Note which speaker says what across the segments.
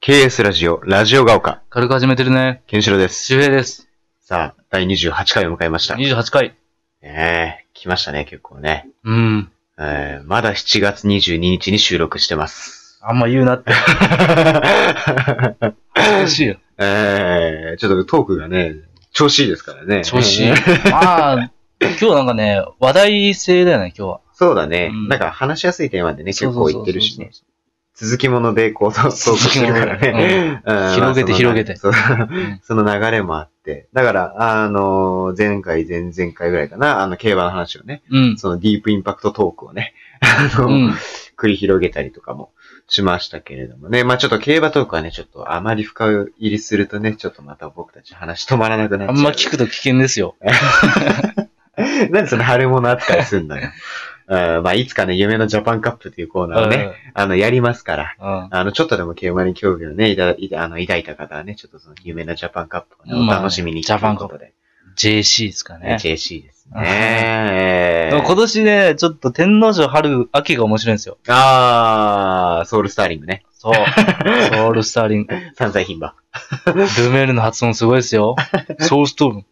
Speaker 1: KS ラジオ、ラジオが丘、
Speaker 2: 軽く始めてるね。
Speaker 1: ケンシロウです。
Speaker 2: 周平です。
Speaker 1: さあ、第28回を迎えました。ね
Speaker 2: 28回。
Speaker 1: え来ましたね、結構ね。
Speaker 2: うん。
Speaker 1: えーまだ7月22日に収録してます。
Speaker 2: あんま言うなって。嬉しいよ。
Speaker 1: えーちょっとトークがね、調子いいですからね。
Speaker 2: 調子いい
Speaker 1: えー。
Speaker 2: まあ、今日なんかね、話題性だよね、今日は。
Speaker 1: そうだね、
Speaker 2: うん
Speaker 1: なんか話しやすいテーマでね、結構言ってるしね。
Speaker 2: そう
Speaker 1: 続きもので、こう、トークしてるからね。 うん
Speaker 2: 広げて広げて。
Speaker 1: まあその
Speaker 2: ん
Speaker 1: その流れもあって。だから、あの、前回、前々回ぐらいかな、あの、競馬の話をね、
Speaker 2: そうそう。うん。
Speaker 1: そのディープインパクトトークをね、 あの、
Speaker 2: うん
Speaker 1: 繰り広げたりとかもしましたけれどもね。まあちょっと競馬トークはね、ちょっとあまり深入りするとね、ちょっとまた僕たち話止まらなくなっち
Speaker 2: あ
Speaker 1: ゃう。
Speaker 2: んま聞くと危険ですよ。
Speaker 1: く。 なんでその腫れ物扱いすんだ よ。うんまあいつかね、夢のジャパンカップっていうコー
Speaker 2: う
Speaker 1: ナーをね、あの、やりますから。
Speaker 2: ん。
Speaker 1: あの、ちょっとでも競馬に興味をね、いたいたあの抱いた方はね、ちょっとその夢のジャパンカップをね、お
Speaker 2: まあ
Speaker 1: 楽しみに
Speaker 2: ジャパンカップ
Speaker 1: というこ
Speaker 2: JC ですか
Speaker 1: とで。
Speaker 2: ね。
Speaker 1: JC です
Speaker 2: うん
Speaker 1: ね
Speaker 2: で。も今年ね、ちょっと天皇賞春、秋が面白いんですよ。
Speaker 1: あー、ソウルスターリングね。
Speaker 2: そう。ソウルスターリン。ル
Speaker 1: 山菜品馬。
Speaker 2: メールの発音すごいですよ。ソウルストーム。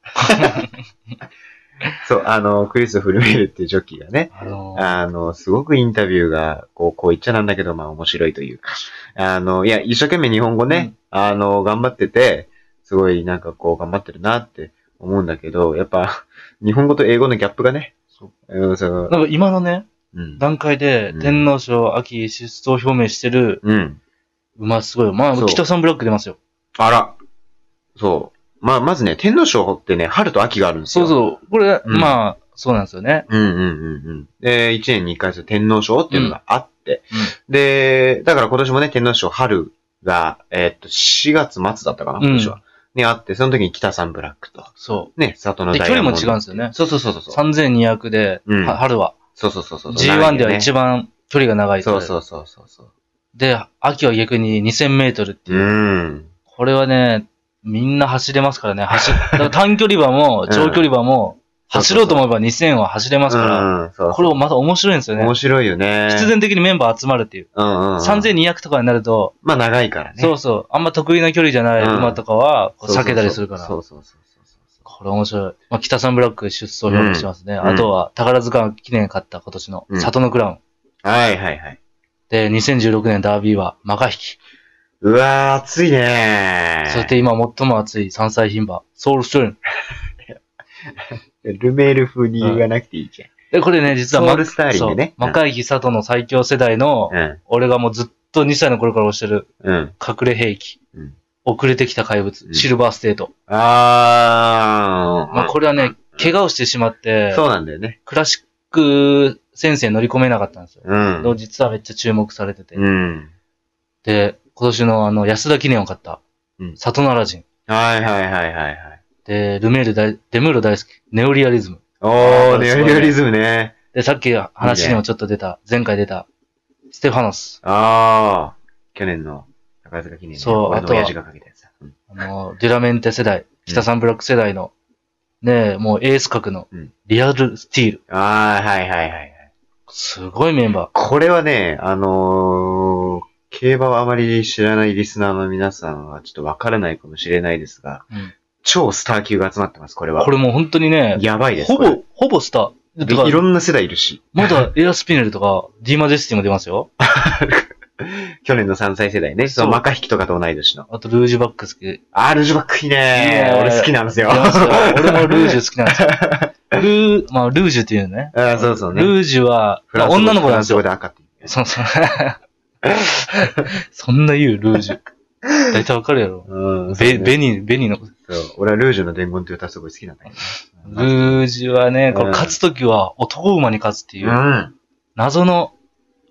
Speaker 1: そう、あの、クリス・フルメールっていうジョッキーがね、
Speaker 2: あのー、
Speaker 1: あの、すごくインタビューが、こう、こう言っちゃなんだけど、まあ面白いというか、あの、いや、一生懸命日本語ね、あの、頑張ってて、すごいなんかこう、頑張ってるなって思うんだけど、やっぱ、日本語と英語のギャップがね、
Speaker 2: そう
Speaker 1: うん、その、
Speaker 2: なんか今のね、
Speaker 1: うん。
Speaker 2: 段階で
Speaker 1: うん
Speaker 2: 天皇賞秋出走表明してる
Speaker 1: うん。
Speaker 2: 馬すごいよ。まあ、
Speaker 1: そう
Speaker 2: キトソンブラック出ますよ。
Speaker 1: あら。そう。まあ、まずね、天皇賞ってね、春と秋があるんです
Speaker 2: そ
Speaker 1: よ。
Speaker 2: うそう。これ、
Speaker 1: うん
Speaker 2: まあ、そうなんですよね。
Speaker 1: うんうんうんうん。で、一年に一回そう天皇賞っていうのがあって、
Speaker 2: う
Speaker 1: で、だから今年もね、天皇賞春が、えーっと、4月末だったかな、今年は。
Speaker 2: う
Speaker 1: にあって、その時に北さんブラックと、
Speaker 2: そ
Speaker 1: ね、里
Speaker 2: う。
Speaker 1: の
Speaker 2: で、
Speaker 1: ダ
Speaker 2: 距
Speaker 1: イヤ
Speaker 2: 離
Speaker 1: モ
Speaker 2: も
Speaker 1: ンド。
Speaker 2: 違うんですよね。
Speaker 1: そうそうそうそう。
Speaker 2: 3200で、
Speaker 1: うん
Speaker 2: は春は。
Speaker 1: そうそうそうそう。
Speaker 2: G1 では一
Speaker 1: 番。
Speaker 2: 番距離が長い。
Speaker 1: そうそうそうそうそう。
Speaker 2: で、秋は逆に2000メートルって
Speaker 1: う
Speaker 2: いう。
Speaker 1: ん。
Speaker 2: これはね、みんな走れますからね。走、だから 短距離馬も、長距離馬も、走ろうと思えば2000は走れますから、
Speaker 1: うん、そう
Speaker 2: これもまた面白いんですよね
Speaker 1: 面。白いよね。
Speaker 2: 必。然的にメンバー集まるっていう。
Speaker 1: うんうん、うん。。
Speaker 2: 3200とかになると、
Speaker 1: まあ長いからね。
Speaker 2: そうそう、あんま得意な距離じゃない馬とかは、こう避けたりするから。
Speaker 1: そうそうそうそうそうそう
Speaker 2: これ面白い。まあ、北三ブラック出走表明してますね。
Speaker 1: ん
Speaker 2: あとは、宝塚記念勝った今年の
Speaker 1: うん
Speaker 2: 里のクラウン。
Speaker 1: はいはいはい。
Speaker 2: で、2016年ダービーはマカヒキ。
Speaker 1: うわー、暑いねー。
Speaker 2: そして今最も熱い山菜牝馬、ソウルストーン。
Speaker 1: ルメール風に言わなくていいじゃん。
Speaker 2: で、これね、実は
Speaker 1: ソ
Speaker 2: マ
Speaker 1: ウルスターリングね。
Speaker 2: そうマカヒキ里の最強世代の、
Speaker 1: うん。
Speaker 2: 俺がもうずっと2歳の頃から推してる
Speaker 1: うん。
Speaker 2: 隠れ兵器。
Speaker 1: うん
Speaker 2: 遅れてきた怪物、
Speaker 1: うん
Speaker 2: シルバーステート。
Speaker 1: あー。
Speaker 2: まあ、これはね、怪我をしてしまって、
Speaker 1: そうなんだよね。
Speaker 2: クラシック戦線乗り込めなかったんですよ。
Speaker 1: うん。
Speaker 2: で実はめっちゃ注目されてて。
Speaker 1: うん。
Speaker 2: で、今年のあの、安田記念を買った
Speaker 1: うん、
Speaker 2: 里奈良人。
Speaker 1: はいはいはいはいはい。
Speaker 2: で、ルメール大、デムーロ大好き、ネオリアリズム。
Speaker 1: お
Speaker 2: あー
Speaker 1: ー、ネ
Speaker 2: そう
Speaker 1: オ
Speaker 2: ね
Speaker 1: リアリズムね。
Speaker 2: で、さっき話にもちょっと出た、前回出た、ステファノス。
Speaker 1: あー。去年の宝塚記念ね
Speaker 2: そう
Speaker 1: 俺の
Speaker 2: あとは
Speaker 1: 親父がかけたやつだ。うん
Speaker 2: あの、デュラメンテ世代、北サンブラック世代の、ねえ、もうエース格の
Speaker 1: うん、
Speaker 2: リアルスティール。
Speaker 1: あー、はいはいはいはい。
Speaker 2: すごいメンバ
Speaker 1: これはね、あのー、競馬をあまり知らないリスナーの皆さんはちょっとわからないかもしれないですが、
Speaker 2: うん
Speaker 1: 超スター級が集まってます、これ
Speaker 2: ー。
Speaker 1: は。
Speaker 2: これもう本当にね、
Speaker 1: やばいです。
Speaker 2: ほ
Speaker 1: これ
Speaker 2: ぼ、ほぼスター。だか
Speaker 1: い
Speaker 2: ら
Speaker 1: ろんな世代いるし。
Speaker 2: まだエアスピネルとか、ディーマジェスティも出ますよ。
Speaker 1: 去年の3歳世代ね。そ
Speaker 2: そう
Speaker 1: のマカヒキとかと同い年の。
Speaker 2: あと、ルージュバック好き。出
Speaker 1: あー、ルジュバックいいね
Speaker 2: いいね
Speaker 1: 俺好きなんですよ。
Speaker 2: ますよ。俺もルージュ好きなんですよ。ルー、まあ、ルージュっていうね。
Speaker 1: あーそうそうね。
Speaker 2: ルージュは、
Speaker 1: フ
Speaker 2: ま
Speaker 1: ラ
Speaker 2: あ
Speaker 1: ンス語
Speaker 2: 女の子なんですよ
Speaker 1: フ。ランス語で赤って言うね
Speaker 2: そうそう。そんな言う、 ルージュ。大体わかるやろ。
Speaker 1: うんそう
Speaker 2: ベ、
Speaker 1: ね
Speaker 2: ベニー、ベニーのこと。
Speaker 1: そう俺はルージュの伝言という歌すごい好きなんだけど。
Speaker 2: ルージュはね、こ
Speaker 1: う
Speaker 2: れ
Speaker 1: ん
Speaker 2: 勝つときは男馬に勝つっていうう、
Speaker 1: ん。
Speaker 2: 謎の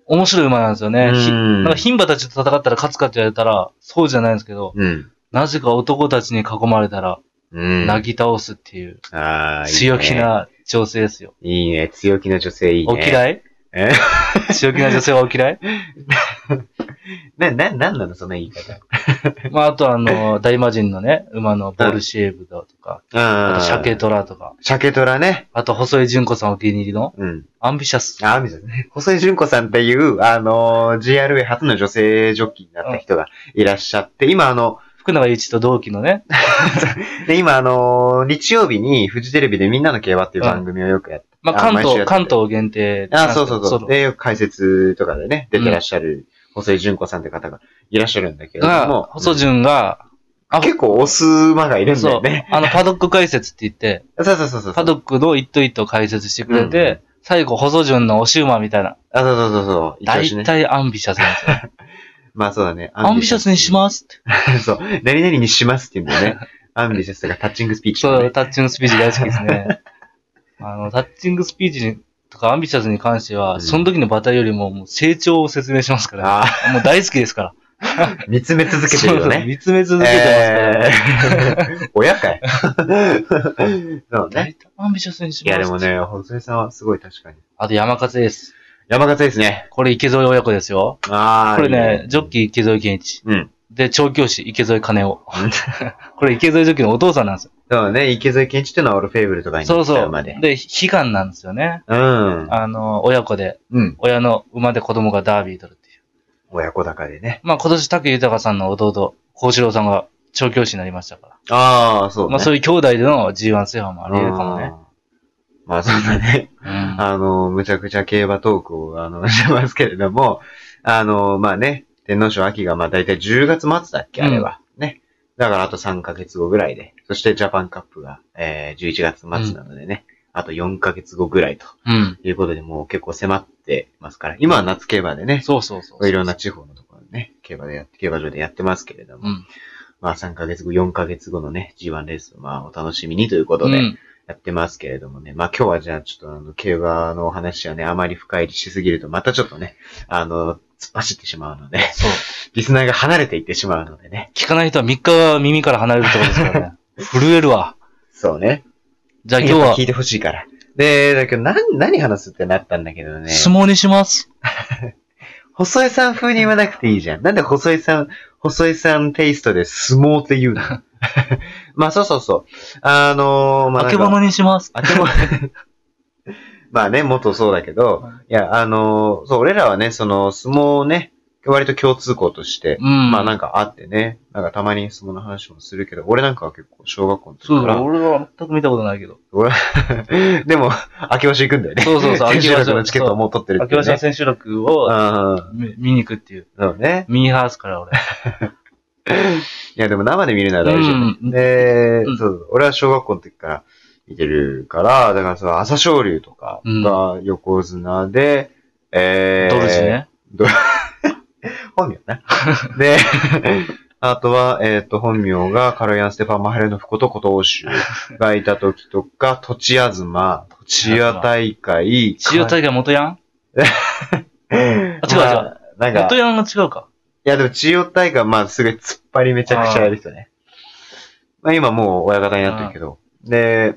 Speaker 2: 面白い馬なんですよね。ひ
Speaker 1: うん
Speaker 2: なんか牝馬たちと戦ったら勝つかって言われたら、そうじゃないんですけど、
Speaker 1: うん。
Speaker 2: なぜか男たちに囲まれたら、
Speaker 1: うん。
Speaker 2: なぎ倒すっていう、
Speaker 1: あーいいね
Speaker 2: 強気。な女性ですよ。
Speaker 1: いいね。 強気な女性いいね。
Speaker 2: お嫌い
Speaker 1: え
Speaker 2: 強気な女性はお嫌い
Speaker 1: な、な、なんなのその言い方。
Speaker 2: まあ、あと あの、大魔神のね、馬のボルシエーブだとか、あ
Speaker 1: あ
Speaker 2: と、鮭。トラとか、
Speaker 1: 鮭虎ね。
Speaker 2: あと、細井純子さんお気に入りの、
Speaker 1: うん。
Speaker 2: アンビシャス。
Speaker 1: あ、みたいね。細井純子さんっていう、あのー、GRA 初の女性ジョッキーになった人がいらっしゃって、今あの、
Speaker 2: 福永祐一と同期のね、
Speaker 1: で、今あのー、日曜日にフジテレビでみんなの競馬っていう番組をよくやって、
Speaker 2: まあ、
Speaker 1: あ
Speaker 2: 関
Speaker 1: 毎週やってて
Speaker 2: 東、関東限定なん
Speaker 1: あ、
Speaker 2: です
Speaker 1: そ
Speaker 2: けど。
Speaker 1: うそうそう。で、よく解説とかでね、出てらっしゃる、細井純子さんって方がいらっしゃるんだけれども
Speaker 2: が、、細潤が、あ
Speaker 1: 結構オス馬がいるんだ
Speaker 2: そ
Speaker 1: よ
Speaker 2: う
Speaker 1: ね。、
Speaker 2: あの、パドック解説って言って、
Speaker 1: そうそうそうそう。
Speaker 2: パドックの一頭一頭解説してくれ
Speaker 1: うんう
Speaker 2: て、最後、細潤のおし馬みたいな。
Speaker 1: あ、そうそうそうそう。
Speaker 2: 大
Speaker 1: 一応ね。
Speaker 2: 体アンビシャスなんですよ。
Speaker 1: まあそうだね。
Speaker 2: アンビシャスにしますって。
Speaker 1: す。そう。何々にしますって言うんだ よね。アンビシャスがタッチングスピーチと
Speaker 2: そ
Speaker 1: かね、
Speaker 2: う、タッチングスピーチ大好きで すね。あの、タッチングスピーチにとかアンビシャスに関して
Speaker 1: う
Speaker 2: は、
Speaker 1: ん
Speaker 2: その時の馬体よりももう成長を説明しますから、
Speaker 1: ああ、
Speaker 2: もう大好きですから。
Speaker 1: 見つめ続けてるよ
Speaker 2: そう
Speaker 1: ね。
Speaker 2: 見つめ続けてますから。
Speaker 1: えー 親かい。そうね。
Speaker 2: 大体アンビシャスにし
Speaker 1: い
Speaker 2: ま
Speaker 1: や
Speaker 2: すって。
Speaker 1: でもね、細井さんはすごい確かに。
Speaker 2: あと山勝です。
Speaker 1: 山形ですね。
Speaker 2: これ池添親子ですよ。
Speaker 1: ああ。
Speaker 2: これ
Speaker 1: いい
Speaker 2: ね、ジョッキー池添健一。
Speaker 1: うん。
Speaker 2: で、調教師池添金夫。 これ池添ジョッキーのお父さんなんですよ。
Speaker 1: そうね、池添健一っていうのはオルフェーブルとかに
Speaker 2: そう
Speaker 1: 乗っ
Speaker 2: そ
Speaker 1: た
Speaker 2: う
Speaker 1: 馬で。。
Speaker 2: で、悲願なんですよね。
Speaker 1: うん。
Speaker 2: あの、親子で、
Speaker 1: うん。
Speaker 2: 親の馬で子供がダービー取るっていう。
Speaker 1: 親子高でね。
Speaker 2: まあ今年、竹豊さんの弟、幸四郎さんが調教師になりましたから。
Speaker 1: ああ、そうね。
Speaker 2: まあそう
Speaker 1: いう
Speaker 2: いう兄弟での G1 制覇もあり得るかもね。。
Speaker 1: まあそうだね。
Speaker 2: うん。
Speaker 1: あの、むちゃくちゃ競馬トークを、あの、 してますけれども、あの、まあね、天皇賞秋が、まあ大体10月末だっけ、あれは。ね。だからあと3ヶ月後ぐらいで。そしてジャパンカップが、えー、11月末なのでね、あと4ヶ月後ぐらいと
Speaker 2: うん。
Speaker 1: いうことで、もう結構迫ってますから、今は夏競馬でね、
Speaker 2: そうそうそう。
Speaker 1: いろんな。地方のところでね、競馬でやって、競馬場でやってますけれども、
Speaker 2: うん。
Speaker 1: まあ3ヶ月後、4ヶ月後のね、G1 レース、まあお楽しみにということ
Speaker 2: う
Speaker 1: で、
Speaker 2: ん。
Speaker 1: やってますけれどもね。まあ今日はじゃあちょっとあの、競馬のお話はね、あまり深入りしすぎると、またちょっとね、あの、突っ走ってしまうので、
Speaker 2: そう。
Speaker 1: リスナーが離れていってしまうのでね。
Speaker 2: 聞かない人は3日は耳から離れるってことですから ね。震えるわ。
Speaker 1: そうね。
Speaker 2: じゃあ
Speaker 1: 今
Speaker 2: 今
Speaker 1: 日
Speaker 2: 日
Speaker 1: は
Speaker 2: は
Speaker 1: 聞いてほしいから。で、だけど、何、何話すってなったんだけどね。
Speaker 2: 相撲にします。
Speaker 1: 細井さん風に言わなくていいじゃん。なんで細井さん、細井さんテイストで相撲って言うの まあそうそうそう。あのー、まあ
Speaker 2: あ
Speaker 1: なん
Speaker 2: け
Speaker 1: か
Speaker 2: ぼのにします。
Speaker 1: あ、でも、 まあね、元そうだけど、いや、あのーそう、俺らはね、その、相撲をね、割と共通項として、
Speaker 2: うん。
Speaker 1: まあなん
Speaker 2: か、
Speaker 1: かあってね、なんかたまに相撲の話もするけど、俺なんかは結構小学校の時
Speaker 2: そう
Speaker 1: か
Speaker 2: だ、
Speaker 1: ら、
Speaker 2: 俺は全く見たことないけど。
Speaker 1: 俺 でも、秋押し行くんだよね。
Speaker 2: そうそうそう
Speaker 1: 秋
Speaker 2: 秋
Speaker 1: 押
Speaker 2: 葉
Speaker 1: しのチケットをもう取ってるっ
Speaker 2: 明
Speaker 1: ていう
Speaker 2: けさん
Speaker 1: ね。
Speaker 2: 選手録を
Speaker 1: うん、
Speaker 2: 見見に行くっていう。
Speaker 1: そうね。
Speaker 2: ミーハースから俺。
Speaker 1: いや、でも生で見るなら大丈夫。
Speaker 2: うん
Speaker 1: で、
Speaker 2: うん
Speaker 1: そう、俺は小学校の時から見てるから、だからその朝青龍とかが横綱で、えー、
Speaker 2: ドルジね。
Speaker 1: 本名ね。 で、あとは、えっ、と、本名がカルヤン・ステファン・マハレノフこと琴欧州がいた時とか、土地あずま、土屋大会、
Speaker 2: 千 代大会元ヤン
Speaker 1: 会、
Speaker 2: あ違う違う
Speaker 1: まあなんか
Speaker 2: 元、ヤンが違うか。
Speaker 1: いやでも千代大会、まあすごい突っ張りめちゃくちゃやる人ね。まあ今もう親方になってるけど。で、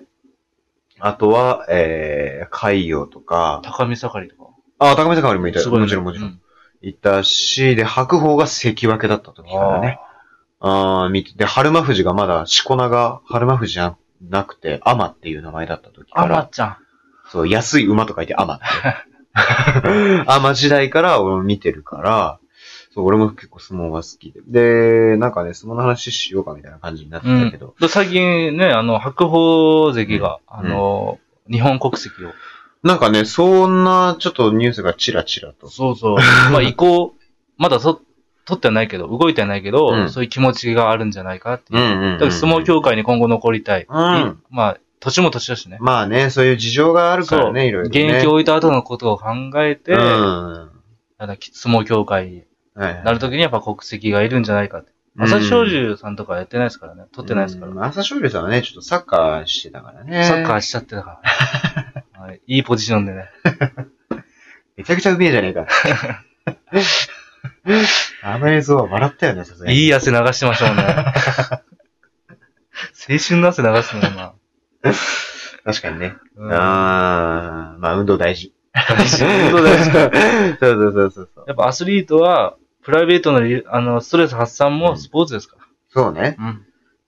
Speaker 1: あとは、えー、海洋とか、
Speaker 2: 高見盛りとか。
Speaker 1: あ、高見坂よりもいたよ。
Speaker 2: ね
Speaker 1: もちろんもちろ。
Speaker 2: うん
Speaker 1: いたし、で、白鵬が関脇だった時からね。ああ、見て、で、春馬富士がまだ、しこ名が春馬富士じゃなくて、アマっていう名前だった時
Speaker 2: あ
Speaker 1: か
Speaker 2: ー。あま
Speaker 1: ら、
Speaker 2: ちゃん。
Speaker 1: そう、安い馬と書いてアマ って。アマ時代から俺も見てるから、そう、俺も結構相撲が好きで。で、なんかね、相撲の話しようかみたいな感じになってたけど、
Speaker 2: で最近ね、あの、白鵬関が、あの、日本国籍を。
Speaker 1: なんかね、そんなちょっとニュースがチラチラと。
Speaker 2: そ うそう。まあ移行、まだと、取ってはないけど、動いてはないけど、
Speaker 1: うん
Speaker 2: そういう気持ちがあるんじゃないかっていう。
Speaker 1: んう
Speaker 2: だから相撲協会に今後残りたい。
Speaker 1: うん
Speaker 2: まあ、年も年だしね。
Speaker 1: まあね、そういう事情があるからね、いろいろ、
Speaker 2: 現
Speaker 1: ね。
Speaker 2: 役を置いた後のことを考えて、
Speaker 1: うん。
Speaker 2: あの相撲協会に
Speaker 1: はいはい
Speaker 2: なるときにやっぱ国籍がいるんじゃないかって。朝日少龍さんとかやってないですからね。取ってないですから。
Speaker 1: うん朝青龍さんはね、ちょっとサッカーしてたからね。
Speaker 2: サッカーしちゃってた から。はい、いいポジションでね。
Speaker 1: めちゃくちゃうめえじゃねえか。 あの映像は笑ったよね、さすがに。
Speaker 2: いい汗流してました もんね。青春の汗流すの今。
Speaker 1: 確かにね。
Speaker 2: う
Speaker 1: うんん。まあ、運動大事。
Speaker 2: 大事運動大 事
Speaker 1: そうそうそうそうそう。
Speaker 2: やっぱアスリートは、プライベートのリあのストレス発散
Speaker 1: うん
Speaker 2: もスポーツですか
Speaker 1: そうね。
Speaker 2: ら。うん。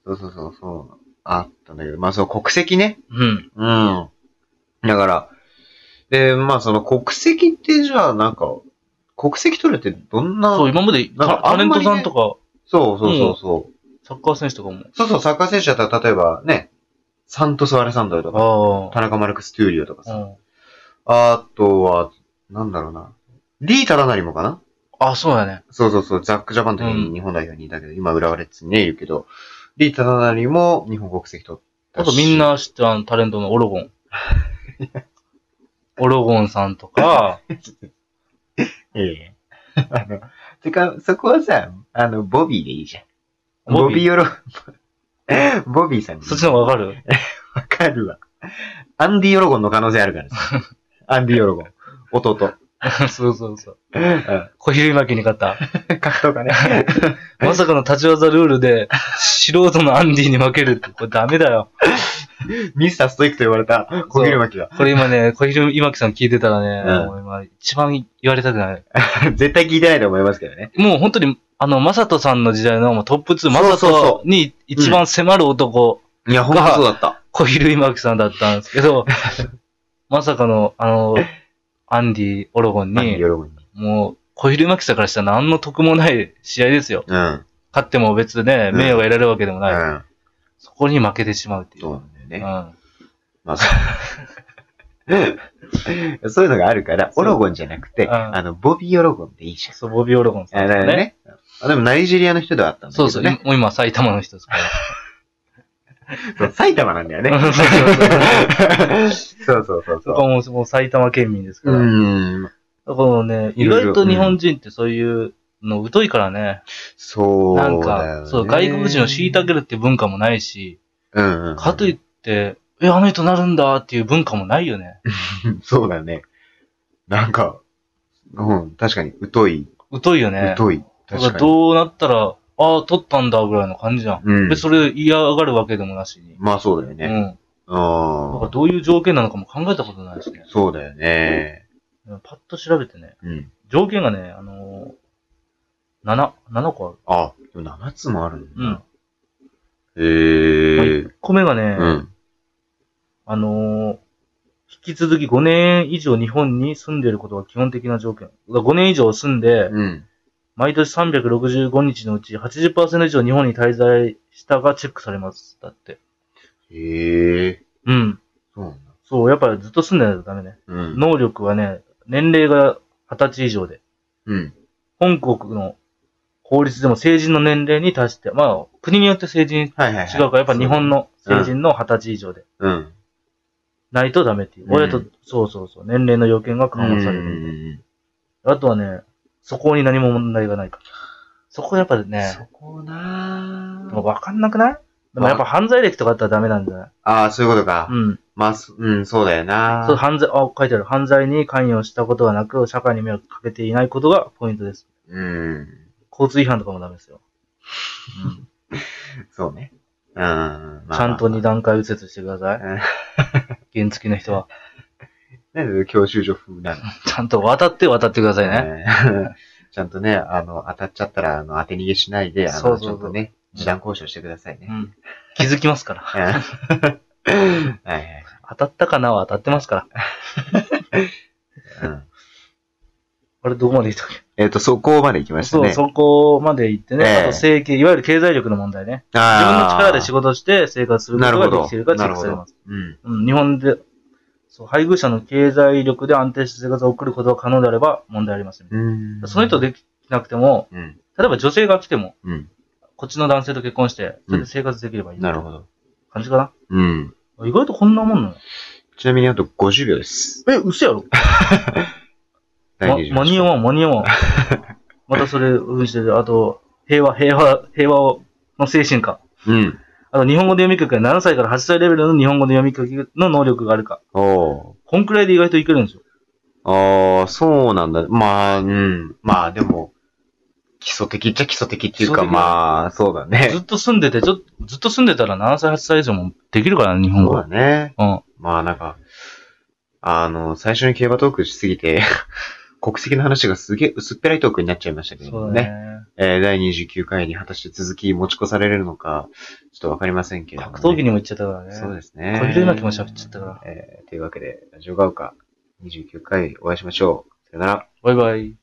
Speaker 1: そうそうそう、そう。あったんだけど、まあその国籍ね。
Speaker 2: うん。
Speaker 1: うん。だから、で、まあその国籍ってじゃあなんか、国籍取るってどんな、
Speaker 2: そ、
Speaker 1: そうう
Speaker 2: 今まで
Speaker 1: なんか
Speaker 2: タ
Speaker 1: あ
Speaker 2: タレ
Speaker 1: ん
Speaker 2: ン
Speaker 1: まりね
Speaker 2: トさんとか、
Speaker 1: そうそうそう。
Speaker 2: サッカー選手とかも。
Speaker 1: そうそう、サッカー選手だったら例えばね、サントス・アレサンドロとか、
Speaker 2: あ
Speaker 1: 田中マルクス・トゥーリオとか
Speaker 2: あ。
Speaker 1: さ。
Speaker 2: うん
Speaker 1: あとは、なんだろうな。リー・タラナリもかな
Speaker 2: あ、そうだね。
Speaker 1: そうそうそう、ザック・ジャパンの時
Speaker 2: う
Speaker 1: に
Speaker 2: ん
Speaker 1: 日本代表にいたけど、今浦和レッズにね、いるけど、リー・タラナリも日本国籍取った
Speaker 2: あ
Speaker 1: し。
Speaker 2: とみん。な知ってるあのタレントのオロゴ ン。オロゴンさんと か、
Speaker 1: ええ。 あの、てか、そこはさ、あの、ボビーでいいじゃん。ボ
Speaker 2: ボビー
Speaker 1: ビーよろ、 ボビーさんに。
Speaker 2: そっちの方がわ かる
Speaker 1: わかるわ。アンディ・ヨロゴンの可能性あるから さ。アンディ・ヨロゴン。弟。
Speaker 2: そうそうそう。
Speaker 1: うん
Speaker 2: 小比類巻きに勝った。
Speaker 1: 格闘家ね。
Speaker 2: まさかの立ち技ルールで、素人のアンディに負けるって、これダメだよ。
Speaker 1: ミスターストイックと呼ばれた小切巻きが。
Speaker 2: これ今ね、小比類巻きさん聞いてたらね、
Speaker 1: うん
Speaker 2: もう今一番言われたくない。
Speaker 1: 絶対聞いてないと思いますけどね。
Speaker 2: もう本当に、あの、マサトさんの時代のもうトップ2、マサ
Speaker 1: そうそう
Speaker 2: トに一番迫る男、
Speaker 1: いや、ほんとそうだった。
Speaker 2: 小比類巻きさんだったんですけ ど、まさかの、あの、アンディ・オロゴン
Speaker 1: アンディ・
Speaker 2: に、
Speaker 1: ヨロゴンに。
Speaker 2: もう、小比類巻きさんからしたら何の得もない試合ですよ。
Speaker 1: うん。
Speaker 2: 勝っても別でね、
Speaker 1: うん
Speaker 2: 名誉が得られるわけでも
Speaker 1: う
Speaker 2: ない。
Speaker 1: ん。
Speaker 2: そこに負けてしまうっていう。
Speaker 1: そうな
Speaker 2: う
Speaker 1: んだよね。
Speaker 2: ん。
Speaker 1: まあ、そう。 そういうのがあるから、オロゴンじゃなくて、
Speaker 2: うん
Speaker 1: あの、ボビー・ヨロゴンでいいじゃん。
Speaker 2: そう、ボビー・オロゴンさん。
Speaker 1: あだからね。あでも、ナイジェリアの人ではあったんだけど
Speaker 2: そ
Speaker 1: ね。
Speaker 2: うそう、もう今埼玉の人です から。
Speaker 1: そう埼玉なんだよね。
Speaker 2: そうそう
Speaker 1: そうそうそう
Speaker 2: そ
Speaker 1: そ
Speaker 2: こ
Speaker 1: う。
Speaker 2: はもうもう埼玉県民です
Speaker 1: う
Speaker 2: から。
Speaker 1: ーん。
Speaker 2: だからね、
Speaker 1: い
Speaker 2: 意
Speaker 1: ろいろ
Speaker 2: 外と日本人ってそういうの疎いからね。
Speaker 1: そうだ
Speaker 2: な
Speaker 1: よ
Speaker 2: ん
Speaker 1: ね。
Speaker 2: か、そう、外国人を虐けるって文化もないし、
Speaker 1: うんうんうん。
Speaker 2: かといって、え、あの人なるんだっていう文化もないよね。
Speaker 1: そうだね。なんか、うん、確かに、疎い、
Speaker 2: 疎いよね。
Speaker 1: 疎い。
Speaker 2: だか
Speaker 1: 確
Speaker 2: ら
Speaker 1: かに。
Speaker 2: どうなったら、ああ、取ったんだぐらいの感じじゃん。
Speaker 1: うん
Speaker 2: で、それ嫌がるわけでもなしに。
Speaker 1: まあそうだよ
Speaker 2: う
Speaker 1: ね。
Speaker 2: ん。だから
Speaker 1: ああ。
Speaker 2: どういう条件なのかも考えたことないしね。
Speaker 1: そうだよね。
Speaker 2: パッと調べてね、
Speaker 1: うん。
Speaker 2: 条件がね、あのー、7、7個ある。
Speaker 1: あ、でも7つもあるんだな。へえ
Speaker 2: 1。個目がね、
Speaker 1: うん。
Speaker 2: あのー引き続き5年以上日本に住んでいることが基本的な条件。5年以上住んで、
Speaker 1: うん。
Speaker 2: 毎年365日のうち80%以上日本に滞在したがチェックされます。だって。
Speaker 1: へえ。
Speaker 2: うん。
Speaker 1: そうなんだ。
Speaker 2: そう、やっぱりずっと住んでないとダメね。
Speaker 1: うん。
Speaker 2: 能力はね、年齢が20歳以上で、
Speaker 1: うん。
Speaker 2: 本国の法律でも成人の年齢に達して、まあ、国によって成人違う
Speaker 1: はいはいはい。
Speaker 2: から、やっぱ日本
Speaker 1: の。
Speaker 2: の成人の20歳以上で、
Speaker 1: うん。
Speaker 2: ないとダメっていう。親と
Speaker 1: うん、
Speaker 2: そうそうそう、年齢の要件が緩和されるみたい
Speaker 1: う
Speaker 2: な。
Speaker 1: ん
Speaker 2: あとはね、そこに何も問題がないか。そこやっぱね
Speaker 1: そ、こな
Speaker 2: も
Speaker 1: ー
Speaker 2: うわかんなくないでもやっぱ犯罪歴とかあったらダメなんじゃない
Speaker 1: ああ、そういうことか
Speaker 2: う。ん。
Speaker 1: まあ、そうん、そうだよな
Speaker 2: そう、犯罪、あ、書いてある。犯罪に関与したことはなく、社会に迷惑かけていないことがポイントです。
Speaker 1: うん。
Speaker 2: 交通違反とかもダメですよ。
Speaker 1: そうね。うん。まあ
Speaker 2: ちゃ んと二段階右折してくださ
Speaker 1: う
Speaker 2: い
Speaker 1: ん。
Speaker 2: 原付きの人は。
Speaker 1: なんで教習所風なの
Speaker 2: ちゃんと渡って渡ってください
Speaker 1: ね。
Speaker 2: ね。
Speaker 1: ちゃんとね、あの、当たっちゃったら、あの、当て逃げしないで、あ
Speaker 2: そう
Speaker 1: の、
Speaker 2: そう
Speaker 1: ち
Speaker 2: そ
Speaker 1: ゃ
Speaker 2: うん
Speaker 1: とね、示談交渉してくださいうね。
Speaker 2: ん。気づきますから。
Speaker 1: うん はいはい。
Speaker 2: 当たったかなは当たってますから。
Speaker 1: うん
Speaker 2: あれどこまで行ったっけ
Speaker 1: えっと、そこまで行きました
Speaker 2: そう、
Speaker 1: ね。
Speaker 2: そこまで行って
Speaker 1: ええ
Speaker 2: ね。あと、整形、いわゆる経済力の問題ね。自分の力で仕
Speaker 1: 事
Speaker 2: 事して生活することができているかチェックされます。
Speaker 1: うん。
Speaker 2: うん、日本で、そう、配偶者の経済力で安定した生活を送ることが可能であれば問題ありません。
Speaker 1: うん
Speaker 2: その人、できなくても、
Speaker 1: うん。
Speaker 2: 例えば女性が来ても、
Speaker 1: うん。
Speaker 2: こっちの男性と結婚して、それで生活できればいい。
Speaker 1: なるほど。
Speaker 2: 感じか
Speaker 1: うん。
Speaker 2: な。意外とこんなもんなの。
Speaker 1: ちなみにあと50秒です。
Speaker 2: え、嘘やろ、ま、
Speaker 1: 第28
Speaker 2: 間に合わん、間に合 わん。またそれ、うんしてる。あと、平和、平和、平和を、の精神か。
Speaker 1: うん。
Speaker 2: あと、日本語で読み書きが7歳から8歳レベルの日本語で読み書きの能力があるか。
Speaker 1: おー。
Speaker 2: こんくらいで意外といけるんですよ。
Speaker 1: ああ、そうなんだ。まあ、うん。まあ、でも、基礎的っちゃ基礎的っていう
Speaker 2: 基礎
Speaker 1: か、
Speaker 2: 的だ
Speaker 1: まあ、そうだ
Speaker 2: ず
Speaker 1: ね。
Speaker 2: っと住んでて、ちょっとずっと住んでたら7歳、8歳以上もできるからね、日本
Speaker 1: そう
Speaker 2: 語。
Speaker 1: だね。
Speaker 2: うん。
Speaker 1: まあ、なんか、あの、最初に競馬トークしすぎて、 国籍の話がすげえ薄っぺらいトークになっちゃいましたけど
Speaker 2: そ
Speaker 1: も
Speaker 2: う
Speaker 1: ね
Speaker 2: だ。ね。
Speaker 1: えー第29回に果たして続き持ち越されるのか、ちょっとわかりませんけれどもね、
Speaker 2: 格闘技にも行っちゃったからね。。
Speaker 1: そうですすね。
Speaker 2: 限りなく今喋っちゃったから
Speaker 1: えーというわけで、ラジオが丘29回お会いしましょう。さよなら。
Speaker 2: バイバイ。